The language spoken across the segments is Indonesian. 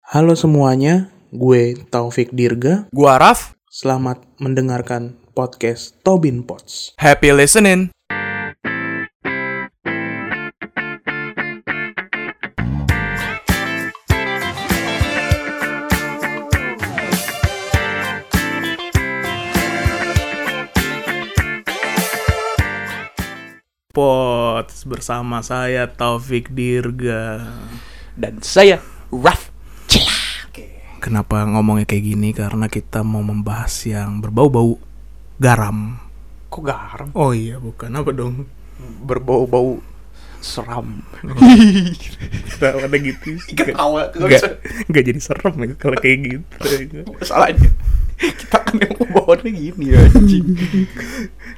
Halo semuanya, gue Taufik Dirga. Gua Raf, Selamat mendengarkan podcast Tobin Pots. happy listening. Pots bersama saya Taufik Dirga. dan saya Raf. Kenapa ngomongnya kayak gini? Karena kita mau membahas yang berbau-bau garam. Kok garam? Oh iya, bukan apa dong? Berbau-bau seram. Gak ada gitu. Ketawa nggak Gak, bisa gak jadi serem ya kalau kayak gitu. salahnya. Kita kan yang pembawaannya gini ya anjing.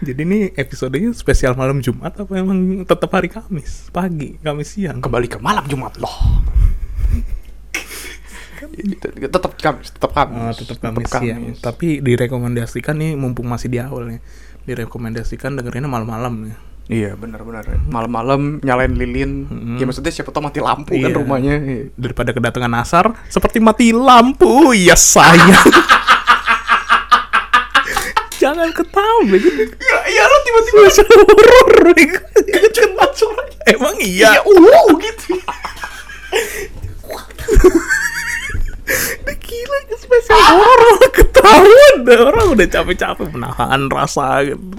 Jadi ini episodenya spesial malam Jumat apa emang tetap hari Kamis? Pagi, Kamis siang. Kembali ke malam Jumat loh. tetap Kamis, Ah, tetap Kamis. Oh, tetap Kamis, siang. Tapi direkomendasikan nih mumpung masih di awal nih. Direkomendasikan dengerinnya malam-malam ya. Iya, benar-benar. Malam-malam nyalain lilin. Ya maksudnya siapa tau mati lampu kan Iya. rumahnya. Iya. Daripada kedatangan asar seperti mati lampu. Ya sayang. Jangan ketawa gitu. Ya, iya lo tiba-tiba Horor. kecil banget suaranya. Emang Ya, iya. wow gitu. Gila spesial horor ketawa dah. Orang udah capek-capek menahan rasa gitu.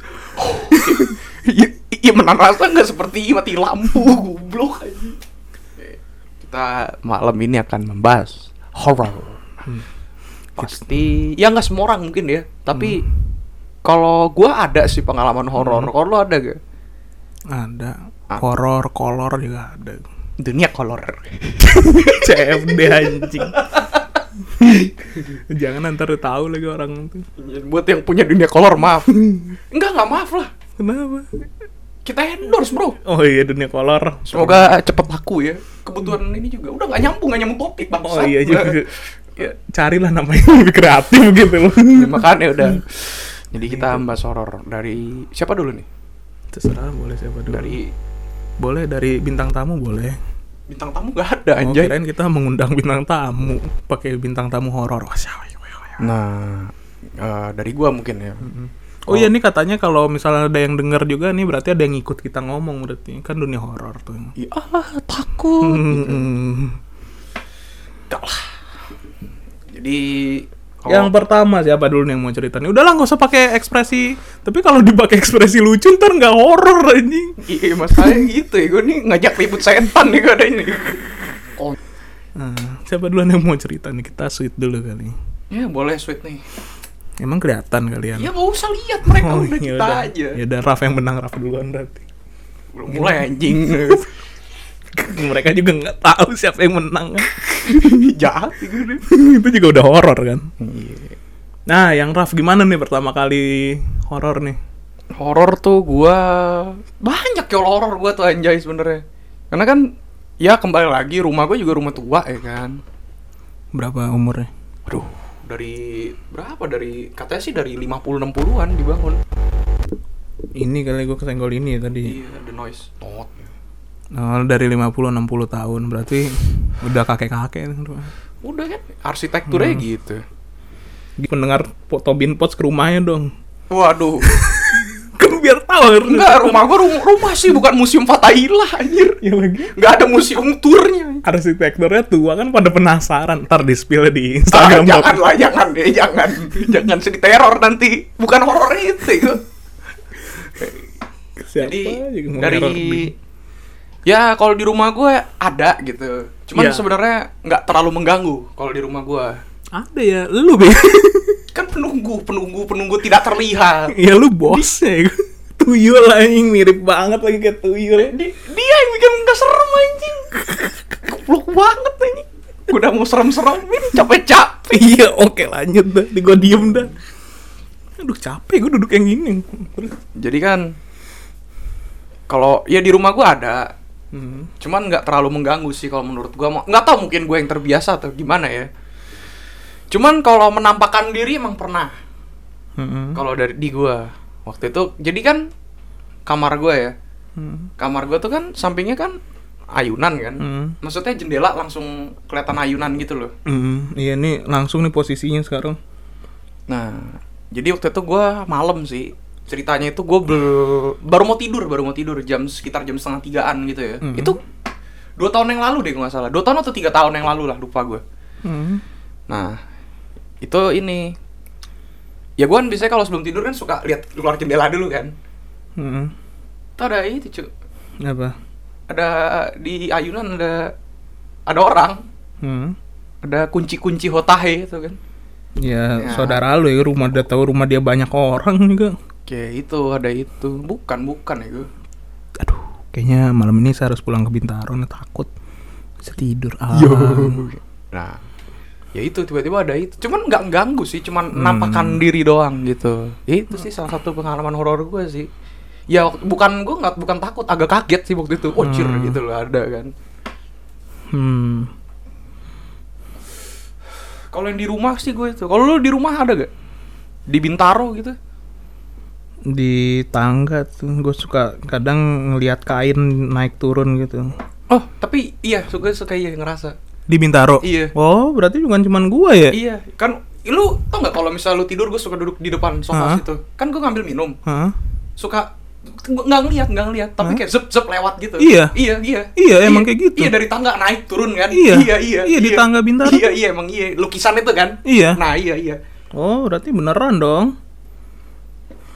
Iya iya, menahan rasa nggak seperti mati lampu goblok aja. Kita malam ini akan membahas horror. Hmm. Pasti ya nggak semua orang mungkin ya, tapi Hmm. kalau gua ada sih pengalaman horor. Kalau lu ada gak? Ada horor kolor juga ada. Dunia kolor. CFD anjing. Jangan ntar tahu lagi orang itu. Buat yang punya dunia kolor maaf. Enggak nggak maaf lah. Kenapa? Kita endorse bro. Oh iya dunia kolor. Semoga cepet laku ya. Kebutuhan ini juga udah nggak nyambung nggak nyambung topik bang. Oh iya juga. Iya. Carilah namanya yang lebih kreatif gitu loh. Ya, makanya udah. Jadi kita bahas horor dari siapa dulu nih? Terserah boleh siapa dulu. Dari boleh dari bintang tamu boleh. bintang tamu gak Oh, ada anjay. kirain kita mengundang bintang tamu pakai bintang tamu horor. Wah, siapa ya, wah, wah. Nah, eh, dari gua mungkin ya. Oh iya nih katanya kalau misalnya ada yang dengar juga nih berarti ada yang ngikut kita ngomong berarti kan dunia horor tuh. Iya, ah, takut. Hmm. Enggak lah. Jadi kalau- Yang pertama siapa dulu nih yang mau cerita nih? Udahlah nggak usah pakai ekspresi. Tapi kalau dipakai ekspresi lucu ntar nggak horor anjing. iya masalahnya gitu ya. Gua nih ngajak ribut setan nih gua adanya. Oh, Nah, siapa dulu yang mau cerita nih? Kita sweet dulu kali. ya boleh sweet nih. Emang kelihatan kalian. Ya nggak usah lihat mereka iya, udah kita aja. Ya udah Raf yang menang Raf duluan berarti. Belum mulai anjing. Mereka juga nggak tahu siapa yang menang. kan. Jahat ya gua nih. Itu juga udah horor kan. Iya. Nah, yang Raf gimana nih pertama kali horor nih? horor tuh gua banyak ya horor gua tuh anjay sebenarnya karena kan ya kembali lagi rumah gua juga rumah tua ya kan Berapa umurnya? aduh dari berapa dari katanya sih dari 50 60-an dibangun Ini kali gue kesenggol ini ya tadi. iya the noise tot Oh, dari 50 60 tahun berarti udah kakek-kakek nih rumah. udah kan arsitekturnya gitu Pendengar Po- Tobin Pots ke rumahnya dong. waduh Kan biar tahu harusnya. enggak rumah gua rum- rumah sih bukan museum Fatahillah anjir Ya lagi enggak ada museum turnya arsitekturnya tua kan pada penasaran. Ntar display di Ah, Instagram jangan Bob. lah, jangan deh, jangan, jangan segi teror nanti. Bukan horor itu. ya. gua. Siapa gitu? Jadi juga mau dari neror di- ya kalau di rumah gue ada gitu. Cuman Iya. sebenarnya nggak terlalu mengganggu kalau di rumah gue. ada ya lu be. Kan penunggu, penunggu, penunggu tidak terlihat. ya lu bosnya. ya. tuyul anjing mirip banget lagi kayak tuyul. Di- dia yang bikin nggak serem anjing. Keplok banget anjing. Gua Udah mau serem-seremin, capek-capek. iya, oke lanjut dah. Di gua diem dah. Aduh capek gue duduk yang gini. Terus Jadi kan kalau ya di rumah gue ada, hmm. cuman nggak terlalu mengganggu sih kalau menurut gua Mau- nggak tahu mungkin gue yang terbiasa atau gimana ya cuman kalau menampakkan diri emang pernah Mm-mm. kalau dari di gua waktu itu jadi kan kamar gua ya Hmm. kamar gua tuh kan sampingnya kan ayunan kan. Hmm. Maksudnya jendela langsung kelihatan ayunan gitu loh. Mm, iya nih langsung nih posisinya sekarang. Nah, jadi waktu itu gua malam sih. Ceritanya itu gue bel- baru mau tidur, baru mau tidur jam sekitar jam setengah tigaan gitu ya. Mhm. Itu dua tahun yang lalu deh kalau nggak salah. Dua tahun atau tiga tahun yang lalu lah, lupa gue. Hmm. Nah, itu ini. Ya gue kan biasanya kalau sebelum tidur kan suka lihat keluar jendela dulu kan. Hmm. Tuh ada itu cu. Apa? Ada di ayunan ada ada orang. Hmm. Ada kunci-kunci hotahe itu kan. Ya, Ya. saudara lu ya rumah udah tahu rumah dia banyak orang juga. Oke, itu ada itu. Bukan, bukan ya gue. Aduh, kayaknya malam ini saya harus pulang ke Bintaro nih takut. Bisa tidur ah. Nah, ya itu tiba-tiba ada itu. Cuman nggak ganggu sih, cuman nampakkan diri doang gitu. Ya, itu sih salah satu pengalaman horor gue sih. Ya wak- bukan gue nggak bukan takut, agak kaget sih waktu itu. Oh, jir, Hmm. gitu loh ada kan. Hmm. Kalau yang di rumah sih gue itu. Kalau lu di rumah ada gak? Di Bintaro gitu? Di tangga tuh gue suka kadang ngelihat kain naik turun gitu. Oh, tapi iya, suka suka iya ngerasa. Di Bintaro. Iya. Oh, berarti bukan cuman gua ya? Iya, kan lu tau nggak kalau misal lu tidur gue suka duduk di depan sofa Hah? situ. Kan gue ngambil minum. Hah? suka nggak nggak ngeliat nggak ngeliat tapi Hah? kayak zep zep lewat gitu Iya. iya iya Iya, emang kayak gitu. iya dari tangga naik turun kan Iya. iya iya Iya, di tangga Bintaro. iya iya emang iya lukisan itu kan Iya. nah iya iya Oh, berarti beneran dong.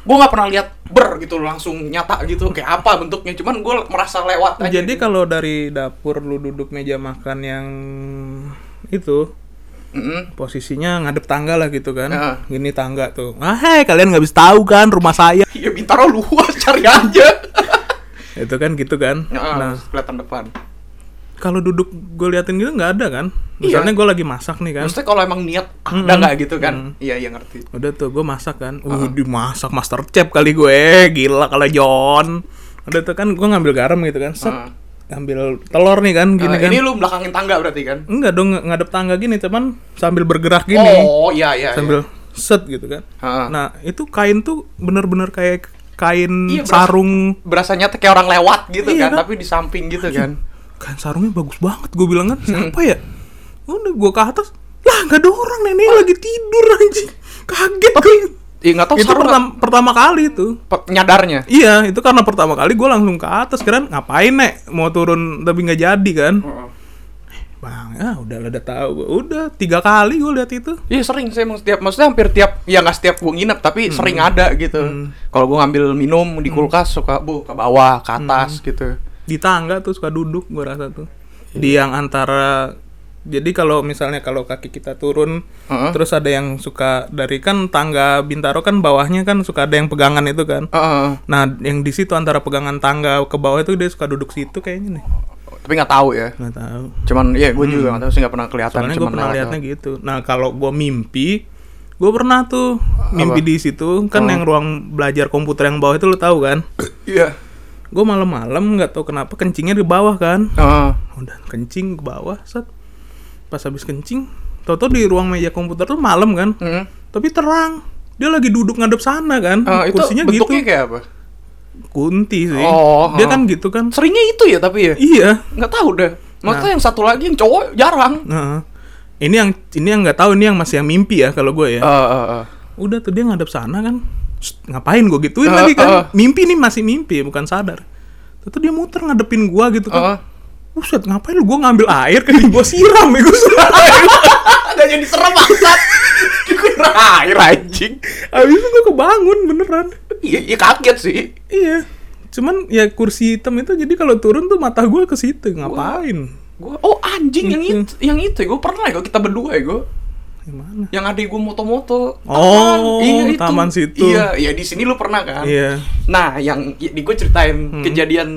gue nggak pernah lihat ber gitu langsung nyata gitu kayak apa bentuknya cuman gue merasa lewat aja Jadi kalau dari dapur lu duduk meja makan yang itu Mm-mm. posisinya ngadep tangga lah gitu kan. Heeh. Gini tangga tuh. Ah, hei, kalian nggak bisa tahu kan rumah saya. iya bintaro luas cari aja Itu kan gitu kan. nah, Nah, Kan? kelihatan depan kalau duduk gue liatin gitu nggak ada kan. Iya. Misalnya gue lagi masak nih kan. maksudnya kalau emang niat ada Mm-mm. nggak gitu kan iya iya ngerti Udah tuh gue masak kan. Uh, dimasak master chef kali gue. Gila kalau John. Udah tuh kan gue ngambil garam gitu kan. Set. Heeh. Ngambil telur nih kan gini Eh, kan. ini lu belakangin tangga berarti kan Enggak dong ng- ngadep tangga gini cuman sambil bergerak gini. oh iya iya iya. sambil set gitu kan. Heeh. Nah, itu kain tuh bener-bener kayak kain Iya, berasa- sarung. berasanya tuh kayak orang lewat gitu Iya, kan, kan? tapi di samping gitu kan. Kain sarungnya bagus banget gue bilang kan. Hmm. Siapa ya? Udah gua ke atas. Lah, nggak ada orang nenek lagi tidur anjing. Kaget gue. Iya nggak tahu Itu sarung pertama, pertama kali itu. apa- nyadarnya. Iya, itu karena pertama kali gue langsung ke atas keren ngapain nek mau turun tapi nggak jadi kan? Hmm. Bang, ah udah lah, udah tahu gua. Udah tiga kali gue lihat itu. Iya sering saya emang setiap maksudnya hampir tiap ya nggak setiap gua nginep Hmm. tapi sering ada gitu. Kalau gua ngambil minum di kulkas suka bu ke bawah ke Hmm. atas gitu. di tangga tuh suka duduk gua rasa tuh di yang antara jadi kalau misalnya kalau kaki kita turun Heeh. terus ada yang suka dari kan tangga bintaro kan bawahnya kan suka ada yang pegangan itu kan Heeh. nah yang di situ antara pegangan tangga ke bawah itu dia suka duduk situ kayaknya nih Tapi nggak tahu ya. nggak tahu Cuman ya gua juga nggak tahu sih nggak pernah Hmm. kelihatan. soalnya cuman gue pernah lewat liatnya doang. gitu nah kalau gue mimpi gue pernah tuh mimpi di situ kan yang ruang belajar komputer yang bawah itu lo tahu kan Iya. gue malam-malam nggak tahu kenapa kencingnya di bawah kan Heeh. udah kencing ke bawah set pas habis kencing toto di ruang meja komputer tuh malam kan Mm. tapi terang dia lagi duduk ngadep sana kan Eh, itu kursinya gitu bentuknya kayak apa? kunti sih Oh, dia oh. kan gitu kan Seringnya itu ya tapi ya iya nggak tahu deh. Maksudnya yang satu lagi yang cowok jarang. nah ini yang ini yang nggak tahu ini yang masih yang mimpi ya kalau gue ya Eh, eh, eh. udah tuh dia ngadep sana kan Shh, ngapain gue gituin Eh, lagi eh. kan mimpi nih masih mimpi bukan sadar tuh tuh dia muter ngadepin gua gitu kan Eh. Buset, ngapain lu? Gue ngambil air, kan gue siram ya, gue siram Gak jadi serem bangsat. Dikira air anjing. Abis itu gue kebangun, beneran Iya, iya kaget sih. Iya. Cuman ya kursi hitam itu jadi kalau turun tuh mata gua ke situ ngapain? Gua oh anjing yang Mm-mm. itu, yang itu ya. Gue pernah ya, gua- kita berdua ya gue. Gimana? Yang adik gue moto-moto. Oh, taman situ. Iya, iya di sini lu pernah kan? Iya. Hmm. Nah, yang di gue ceritain kejadian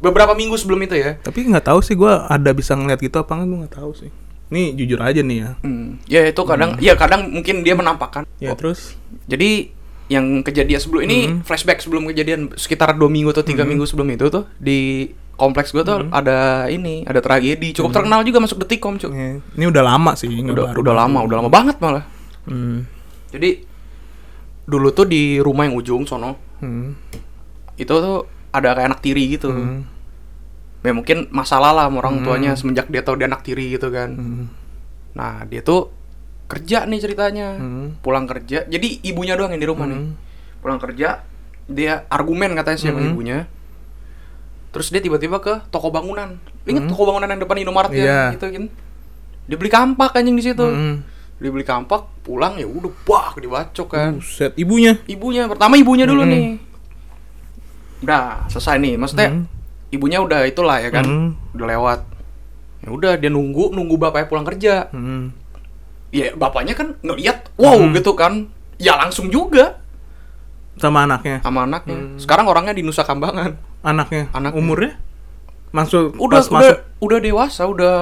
beberapa minggu sebelum itu ya. Tapi nggak tahu sih gua ada bisa ngeliat gitu apa nggak gue nggak tahu sih. Nih jujur aja nih ya. Hmm. Ya itu kadang, ya kadang mungkin dia menampakkan. Ya terus. Jadi yang kejadian sebelum ini flashback sebelum kejadian sekitar dua minggu atau tiga minggu sebelum itu tuh di kompleks gua tuh ada ini ada tragedi cukup terkenal juga masuk detikom cuy ya, Ini udah lama sih. nggak udah baru. udah lama udah lama banget malah Hmm. jadi dulu tuh di rumah yang ujung sono Hmm. Mm-hmm. itu tuh ada kayak anak tiri gitu Hmm. ya mungkin masalah lah sama orang tuanya semenjak dia tahu dia anak tiri gitu kan Mm-hmm. Hmm. nah dia tuh kerja nih ceritanya Hmm. pulang kerja jadi ibunya doang yang di rumah nih Mm-hmm. pulang kerja dia argumen katanya sih sama ibunya terus dia tiba-tiba ke toko bangunan inget toko bangunan yang depan Indomaret Iya. ya gitu kan dia beli kampak anjing di situ Hmm. dia beli kampak pulang ya udah bak dibacok kan Buset, ibunya. ibunya pertama ibunya dulu nih udah selesai nih maksudnya Mm. ibunya udah itulah ya kan Mm. udah lewat ya udah dia nunggu nunggu bapaknya pulang kerja Hmm. ya bapaknya kan ngeliat wow gitu kan ya langsung juga Sama anaknya. sama anaknya sekarang orangnya di Nusa Kambangan Anaknya. Anaknya. Umurnya? Masuk udah pas udah masuk udah dewasa udah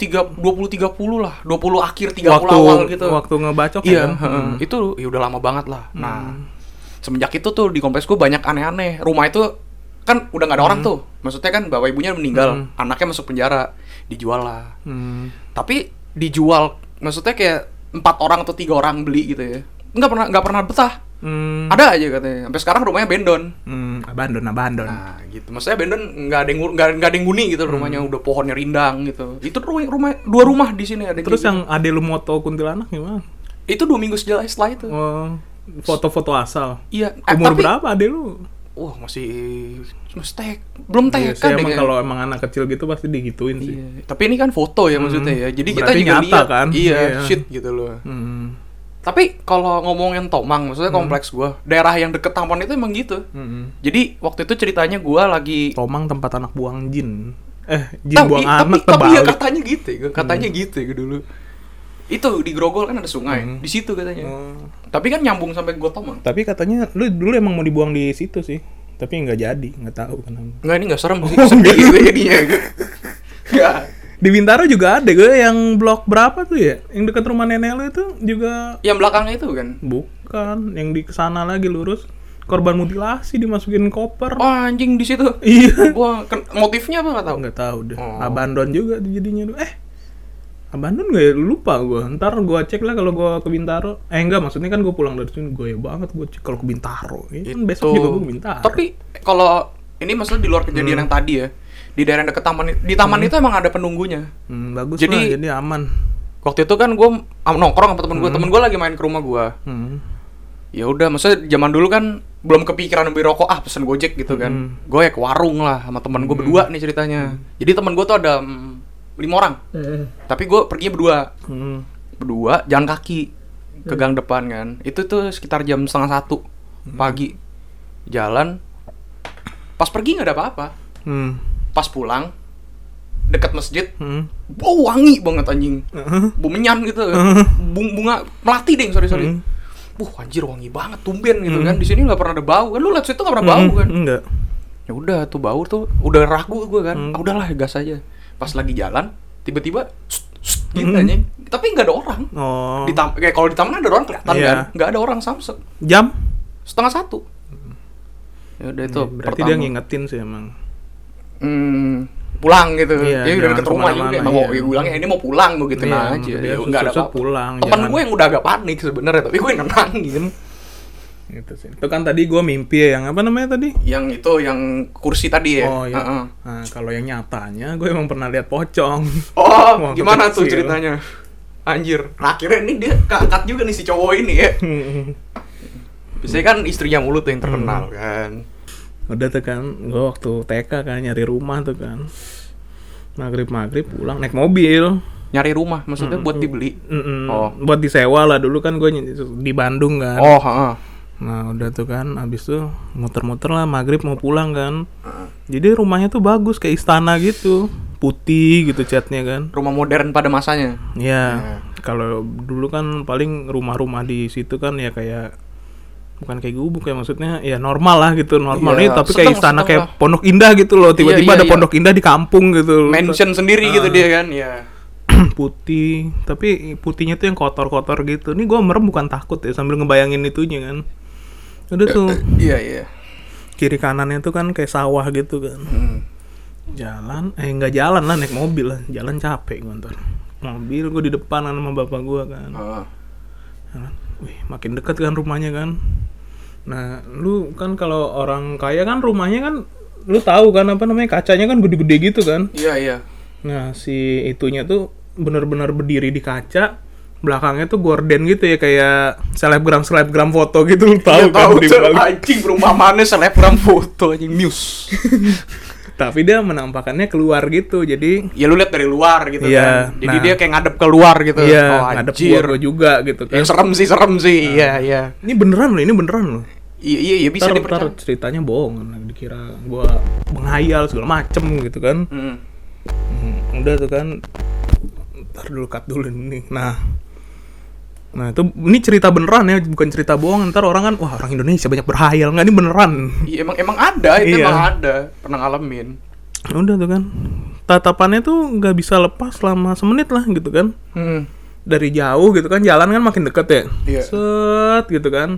tiga dua puluh tiga puluh lah 20 akhir 30 waktu awal gitu waktu ngebacok ya iya kan? Hmm. heeh. itu ya udah lama banget lah nah semenjak itu tuh di kompleks gua banyak aneh-aneh rumah itu kan udah nggak ada Hmm. orang tuh maksudnya kan bapak ibunya meninggal anaknya masuk penjara dijual lah Hmm. tapi dijual maksudnya kayak empat orang atau tiga orang beli gitu ya nggak pernah nggak pernah betah Hmm. ada aja katanya sampai sekarang rumahnya bendon Hmm. Abandon, abandon. nah gitu maksudnya bendon nggak ada yang ngur- nggak nggak ada yang huni gitu rumahnya Hmm. udah pohonnya rindang gitu itu rumah, rumah dua rumah di sini ada Terus gitu. yang ade lu moto kuntilanak gimana? itu dua minggu setelah setelah itu Oh, foto-foto asal. iya eh, Umur tapi- berapa ade lu? wah masih masih tek belum Iya TK sih, emang deh kalau emang anak kecil gitu pasti digituin sih. ya, kan Iya. tapi ini kan foto ya maksudnya ya jadi Hmm. kita Berarti juga nyata lihat. kan? iya Iya. shit gitu loh Hmm. tapi kalau ngomongin Tomang maksudnya kompleks gua daerah yang deket taman itu emang gitu Hmm. jadi waktu itu ceritanya gua lagi Tomang tempat anak buang jin. Eh, jin tapi buang anak tapi, tapi ya terbalik. katanya gitu ya, katanya gitu ya dulu itu di Grogol kan ada sungai di situ katanya Oh. tapi kan nyambung sampai gua Tomang Tapi katanya lu dulu emang mau dibuang di situ sih. Tapi nggak jadi, nggak tahu kenapa. Enggak ini nggak serem sih sedih gitu jadinya Nggak. Di Bintaro juga ada gue yang blok berapa tuh ya? Yang dekat rumah nenek lu itu juga yang belakangnya itu kan bukan yang di sana lagi lurus korban mutilasi dimasukin koper. oh anjing di situ Iya. gua ken- motifnya apa nggak tahu Nggak tahu deh. Oh. Abandon juga tuh jadinya Eh, abandon gak ya? Lupa gue. Ntar gue cek lah kalau gue ke Bintaro. Eh enggak, maksudnya kan gue pulang dari sini. Gue banget gue cek kalau ke Bintaro. Ini kan besok Tuh. juga gue ke Bintaro. tapi kalau ini maksudnya di luar kejadian yang tadi ya di daerah dekat taman di taman itu emang ada penunggunya Hmm, bagus lah, Jadi- jadi aman. waktu itu kan gue nongkrong sama temen gue temen gue lagi main ke rumah gue Hmm. ya udah maksudnya zaman dulu kan belum kepikiran beli rokok ah pesen gojek gitu kan gue ya ke warung lah sama temen gue berdua nih ceritanya jadi temen gue tuh ada mm, lima orang tapi gue perginya berdua Hmm. berdua jalan kaki ke gang depan kan itu tuh sekitar jam setengah satu pagi jalan pas pergi nggak ada apa-apa Hmm. pas pulang dekat masjid Hmm. bau wangi banget anjing Heeh. bumenyan gitu Bung- bunga melati deh sorry sorry Hmm. Wah anjir wangi banget tumben gitu kan di sini nggak pernah ada bau kan lu lihat situ nggak pernah bau kan Enggak. ya udah tuh bau tuh udah ragu gue kan Hmm. ah, udahlah gas aja pas lagi jalan tiba-tiba sst, sst, gitu anjing tapi nggak ada orang Hmm. Oh. di tam kayak kalau di taman ada orang kelihatan Iya. kan nggak ada orang samsek Jam? setengah satu ya udah itu Hmm. Berarti pertama. dia ngingetin sih emang. Hmm, pulang gitu Iya, ya udah jangan deket rumah juga kemana-mana, emang mau iya. ya bilangnya ini mau pulang gue gitu Iya, aja dia ya sus- nggak ada susut apa pulang, temen jangan. gue yang udah agak panik sebenarnya tapi gue nenangin Gitu sih. Itu kan tadi gue mimpi ya, yang apa namanya tadi? yang itu yang kursi tadi ya Oh iya. Heeh. Nah, kalau yang nyatanya gue emang pernah lihat pocong. oh Wah, ya. gimana tuh kecil. ceritanya anjir Nah, akhirnya ini dia keangkat juga nih si cowok ini ya biasanya kan istrinya mulu tuh yang Hmm. terkenal kan Udah tuh kan, gue waktu TK kan nyari rumah tuh kan. Maghrib maghrib pulang naik mobil. nyari rumah maksudnya Hmm. buat dibeli Mm-mm. Oh. Buat disewa lah dulu kan gue ny- di Bandung kan. oh heeh. Nah udah tuh kan abis tuh muter-muter lah maghrib mau pulang kan Jadi rumahnya tuh bagus kayak istana gitu Putih gitu catnya kan rumah modern pada masanya Ya kalau dulu kan paling rumah-rumah di situ kan ya kayak Bukan kayak gubuk ya maksudnya ya normal lah gitu Normal Iya, nih tapi kayak sedang- istana sedang kayak lah. pondok indah gitu loh Tiba-tiba Iya, iya, ada iya. pondok indah di kampung gitu mansion sendiri gitu dia kan ya Putih Tapi putihnya tuh yang kotor-kotor gitu Ini gue merem bukan takut ya sambil ngebayangin itunya kan Udah tuh iya iya kiri kanannya tuh kan kayak sawah gitu kan Hmm. jalan eh nggak jalan lah naik mobil lah jalan capek gue ntar mobil gue di depan kan sama bapak gue kan Heeh. Jalan. Ya wih makin dekat kan rumahnya kan nah lu kan kalau orang kaya kan rumahnya kan lu tahu kan apa namanya kacanya kan gede-gede gitu kan Iya iya. nah si itunya tuh bener-bener berdiri di kaca belakangnya tuh gorden gitu ya kayak selebgram selebgram foto gitu lu tahu Iya, kan di Cok. belakang. anjing perumpamannya selebgram foto anjing news. tapi dia menampakannya keluar gitu jadi ya lu lihat dari luar gitu Iya, kan. Jadi nah. dia kayak ngadep keluar gitu. iya oh, ada anjir. gua juga gitu Ya kan serem sih, serem sih. Nah. Iya, iya. ini beneran loh ini beneran loh Iya, iya, iya, bisa ntar, ntar dipercaya. ceritanya bohong kan dikira gua menghayal segala macem gitu kan Hmm. Hmm, udah tuh kan ntar dulu cut dulu nih nah nah itu ini cerita beneran ya bukan cerita bohong ntar orang kan wah orang Indonesia banyak berhayal nggak ini beneran Iya, emang emang ada, itu Iya. emang ada. Pernah ngalamin. udah tuh kan tatapannya tuh nggak bisa lepas selama semenit lah gitu kan Hmm. dari jauh gitu kan jalan kan makin deket ya Iya. set gitu kan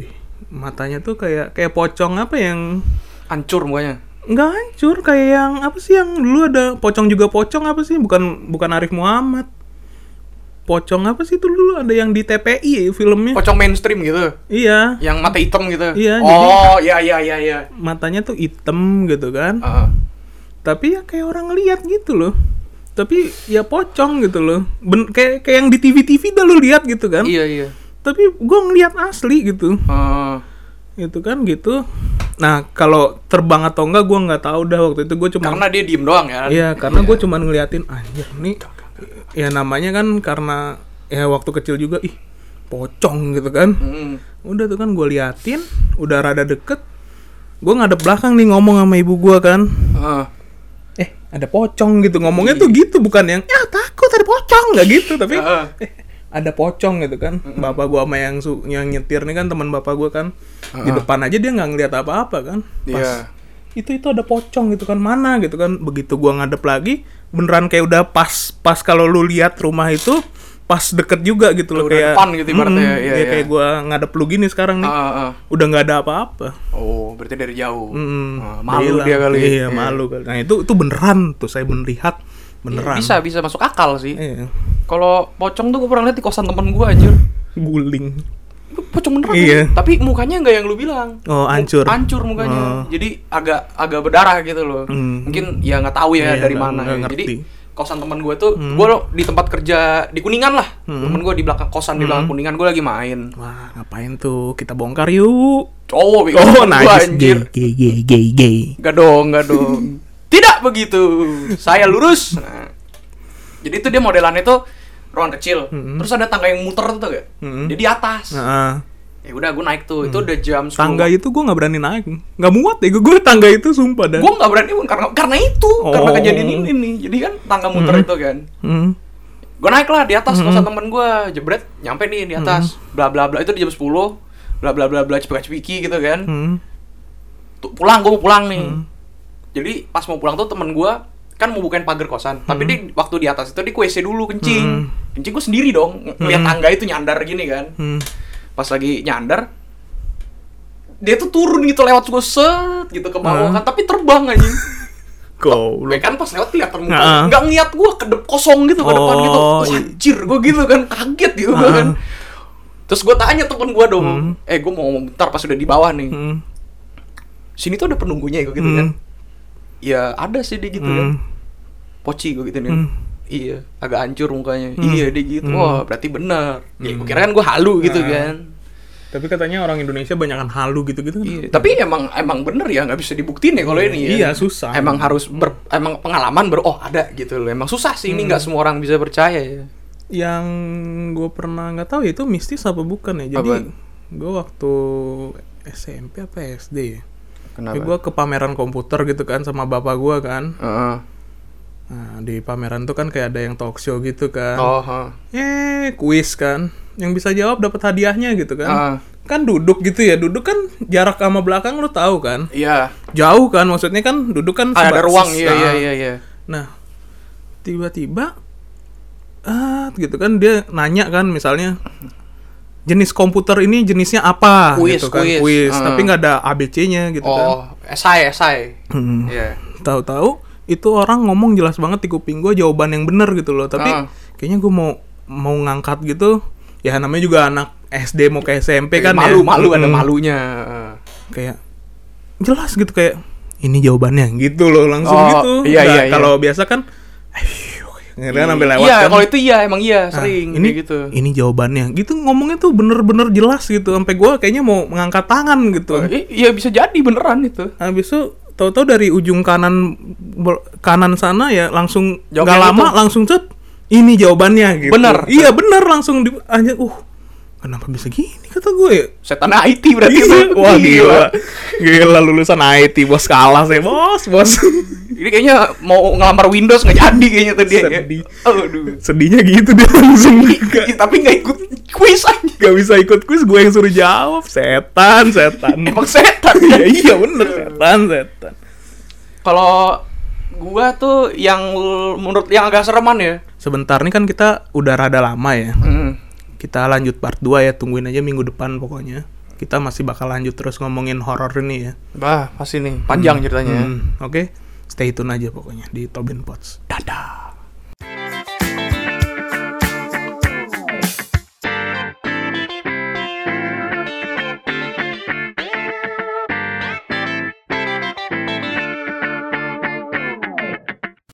Wih, matanya tuh kayak kayak pocong apa yang Hancur mukanya. nggak hancur kayak yang apa sih yang dulu ada pocong juga pocong apa sih bukan bukan Arif Muhammad pocong apa sih itu dulu ada yang di TPI ya filmnya Pocong mainstream gitu. iya Yang mata hitam gitu. Iya, Oh, iya iya iya iya. Ah. matanya tuh hitam gitu kan Heeh. tapi ya kayak orang lihat gitu loh tapi ya pocong gitu loh Ben- kayak kayak yang di TV TV dah lu lihat gitu kan Iya, iya. tapi gua ngelihat asli gitu Heeh. gitu kan gitu nah kalau terbang atau enggak gua nggak tahu dah waktu itu gue cuma Karena dia diem doang ya. Iya, karena gue cuman ngeliatin anjir nih. Ya namanya kan karena ya waktu kecil juga ih pocong gitu kan. Hmm. Udah tuh kan gue liatin, udah rada deket. Gue ngadep belakang nih ngomong sama ibu gua kan. Heeh. Eh, ada pocong gitu. Ngomongnya tuh gitu bukan yang ya takut ada pocong nggak gitu, tapi Iya. Heeh. eh, ada pocong gitu kan. Bapak gua sama yang su- yang nyetir nih kan teman bapak gua kan. Di depan aja dia nggak ngeliat apa-apa kan. Pas Iya. itu itu ada pocong gitu kan mana gitu kan begitu gua ngadep lagi beneran kayak udah pas pas kalau lu lihat rumah itu pas deket juga gitu loh Udah kayak depan gitu ibaratnya, Mm-mm, iya, ya iya. kayak gua ngadep lu gini sekarang nih Heeh, heeh. udah nggak ada apa-apa Oh, berarti dari jauh. Mm-mm, udah Ah, malu hilang. dia kali. iya, malu kali nah itu itu beneran tuh saya melihat beneran Bisa bisa masuk akal sih. iya. Kalau pocong tuh gue pernah lihat di kosan temen gue anjir. guling Itu Pocong beneran. Iya. anjir. Tapi mukanya nggak yang lu bilang. oh hancur Ah. Hancur mukanya. Jadi agak agak berdarah gitu loh. Hmm. Mungkin ya nggak tahu ya Iya, dari nggak- mana. nggak ya. ngerti. Hmm. Jadi kosan temen gue tuh gue di tempat kerja di Kuningan lah. Temen gue di belakang kosan Hmm. di belakang Kuningan gue lagi main. wah ngapain tuh kita bongkar yuk Cowok Bego. oh Temen gua, najis anjir. gay gay gay gay gay Gak dong, gak dong. Tidak begitu. Saya lurus. Nah. Jadi itu dia modelannya tuh ruangan kecil. Terus ada tangga yang muter tuh gak? Mm-mm. Dia di atas. Nah, Ya udah gue naik tuh. Itu udah jam 10. tangga ya? itu gue nggak berani naik nggak muat ya gue tangga itu sumpah dah Gue gak berani pun karena karena itu, karena Oh. kejadian ini nih. Jadi kan tangga muter itu kan. Hmm. Gue naik lah di atas kosan temen gue, jebret, nyampe nih di atas. Bla bla bla itu di jam 10. Bla bla bla bla cepik-cepiki gitu kan. Hmm. Tuh, pulang gue mau pulang nih jadi pas mau pulang tuh temen gue kan mau bukain pagar kosan tapi Hmm. dia waktu di atas itu dia ke WC dulu kencing kencing gue sendiri dong ng- ngeliat tangga itu nyandar gini kan Hmm. pas lagi nyandar dia tuh turun gitu lewat gue set gitu ke bawah Hmm. kan tapi terbang aja gue Goblok. kan pas lewat kelihatan muka Heeh. nggak ngeliat gue kedep kosong gitu ke depan gitu Hmm. Oh, Hmm. Wah, anjir gue gitu kan kaget gitu gue kan terus gue tanya temen gue dong eh gue mau ngomong bentar pas udah di bawah nih Hmm. sini tuh ada penunggunya gue gitu Hmm. kan ya ada sih dia gitu kan Hmm. poci gue gitu nih Hmm. iya agak hancur mukanya iya dia gitu wah berarti benar ya Hmm. gue kira kan gue halu gitu Nah. kan Tapi katanya orang Indonesia banyakan halu gitu-gitu kan. iya tapi emang emang bener ya nggak bisa dibuktiin ya kalau ini ya Iya, susah. emang harus ber, emang pengalaman ber oh ada gitu loh emang susah sih Hmm. ini nggak semua orang bisa percaya ya Yang gue pernah nggak tahu ya itu mistis apa bukan ya. Jadi Apaan? gue waktu SMP apa SD ya. kenapa Gue ke pameran komputer gitu kan sama bapak gue kan. Heeh. Nah, di pameran tuh kan kayak ada yang talk show gitu kan. oh heeh. Eh, kuis kan. Yang bisa jawab dapat hadiahnya gitu kan. Heeh. Kan duduk gitu ya. Duduk kan jarak sama belakang lu tahu kan. iya jauh kan maksudnya kan duduk kan Ah, ada sebatas- ruang iya nah, iya iya iya nah tiba-tiba ah gitu kan dia nanya kan misalnya jenis komputer ini jenisnya apa Kuis, gitu kan kuis. kuis Heeh. tapi nggak ada ABC-nya gitu kan oh esai esai Hmm. iya tahu-tahu itu orang ngomong jelas banget di kuping gue jawaban yang bener gitu loh tapi Heeh. kayaknya gue mau mau ngangkat gitu ya namanya juga anak SD mau ke SMP kan ya. malu malu ada Mm. malunya kayak jelas gitu kayak ini jawabannya gitu loh langsung Oh, gitu. iya, Nggak, iya, iya. Kalau biasa kan ayo kan sampai lewat iya kan. kalau itu iya emang Nah, iya sering ini kayak gitu Ini jawabannya. Gitu ngomongnya tuh bener-bener jelas gitu. Sampai gua kayaknya mau mengangkat tangan gitu. Nah, I- iya bisa jadi beneran itu Habis itu tahu-tahu dari ujung kanan bel- kanan sana ya langsung Jawabnya nggak lama gitu. langsung cet ini jawabannya gitu. Bener. Iya bener langsung di anjir, uh kenapa bisa gini kata gue ya. setan IT berarti Iya. Bro. Wah gila. Gila lulusan IT bos kalah saya bos bos. Ini kayaknya mau ngelamar Windows nggak jadi kayaknya tuh dia. ya. Sedih. Aduh. Sedihnya gitu dia langsung gak, Ih, Tapi nggak ikut kuis aja. gak bisa ikut kuis gue yang suruh jawab setan setan. Emang setan. iya iya bener setan setan. Kalau gua tuh yang menurut yang agak sereman ya. Sebentar nih kan kita udah rada lama ya. Mm. kita lanjut part 2 ya tungguin aja minggu depan pokoknya kita masih bakal lanjut terus ngomongin horor ini ya Bah, pasti nih panjang ceritanya. ya. Hmm, oke stay tune aja pokoknya di Tobin Pots Dadah.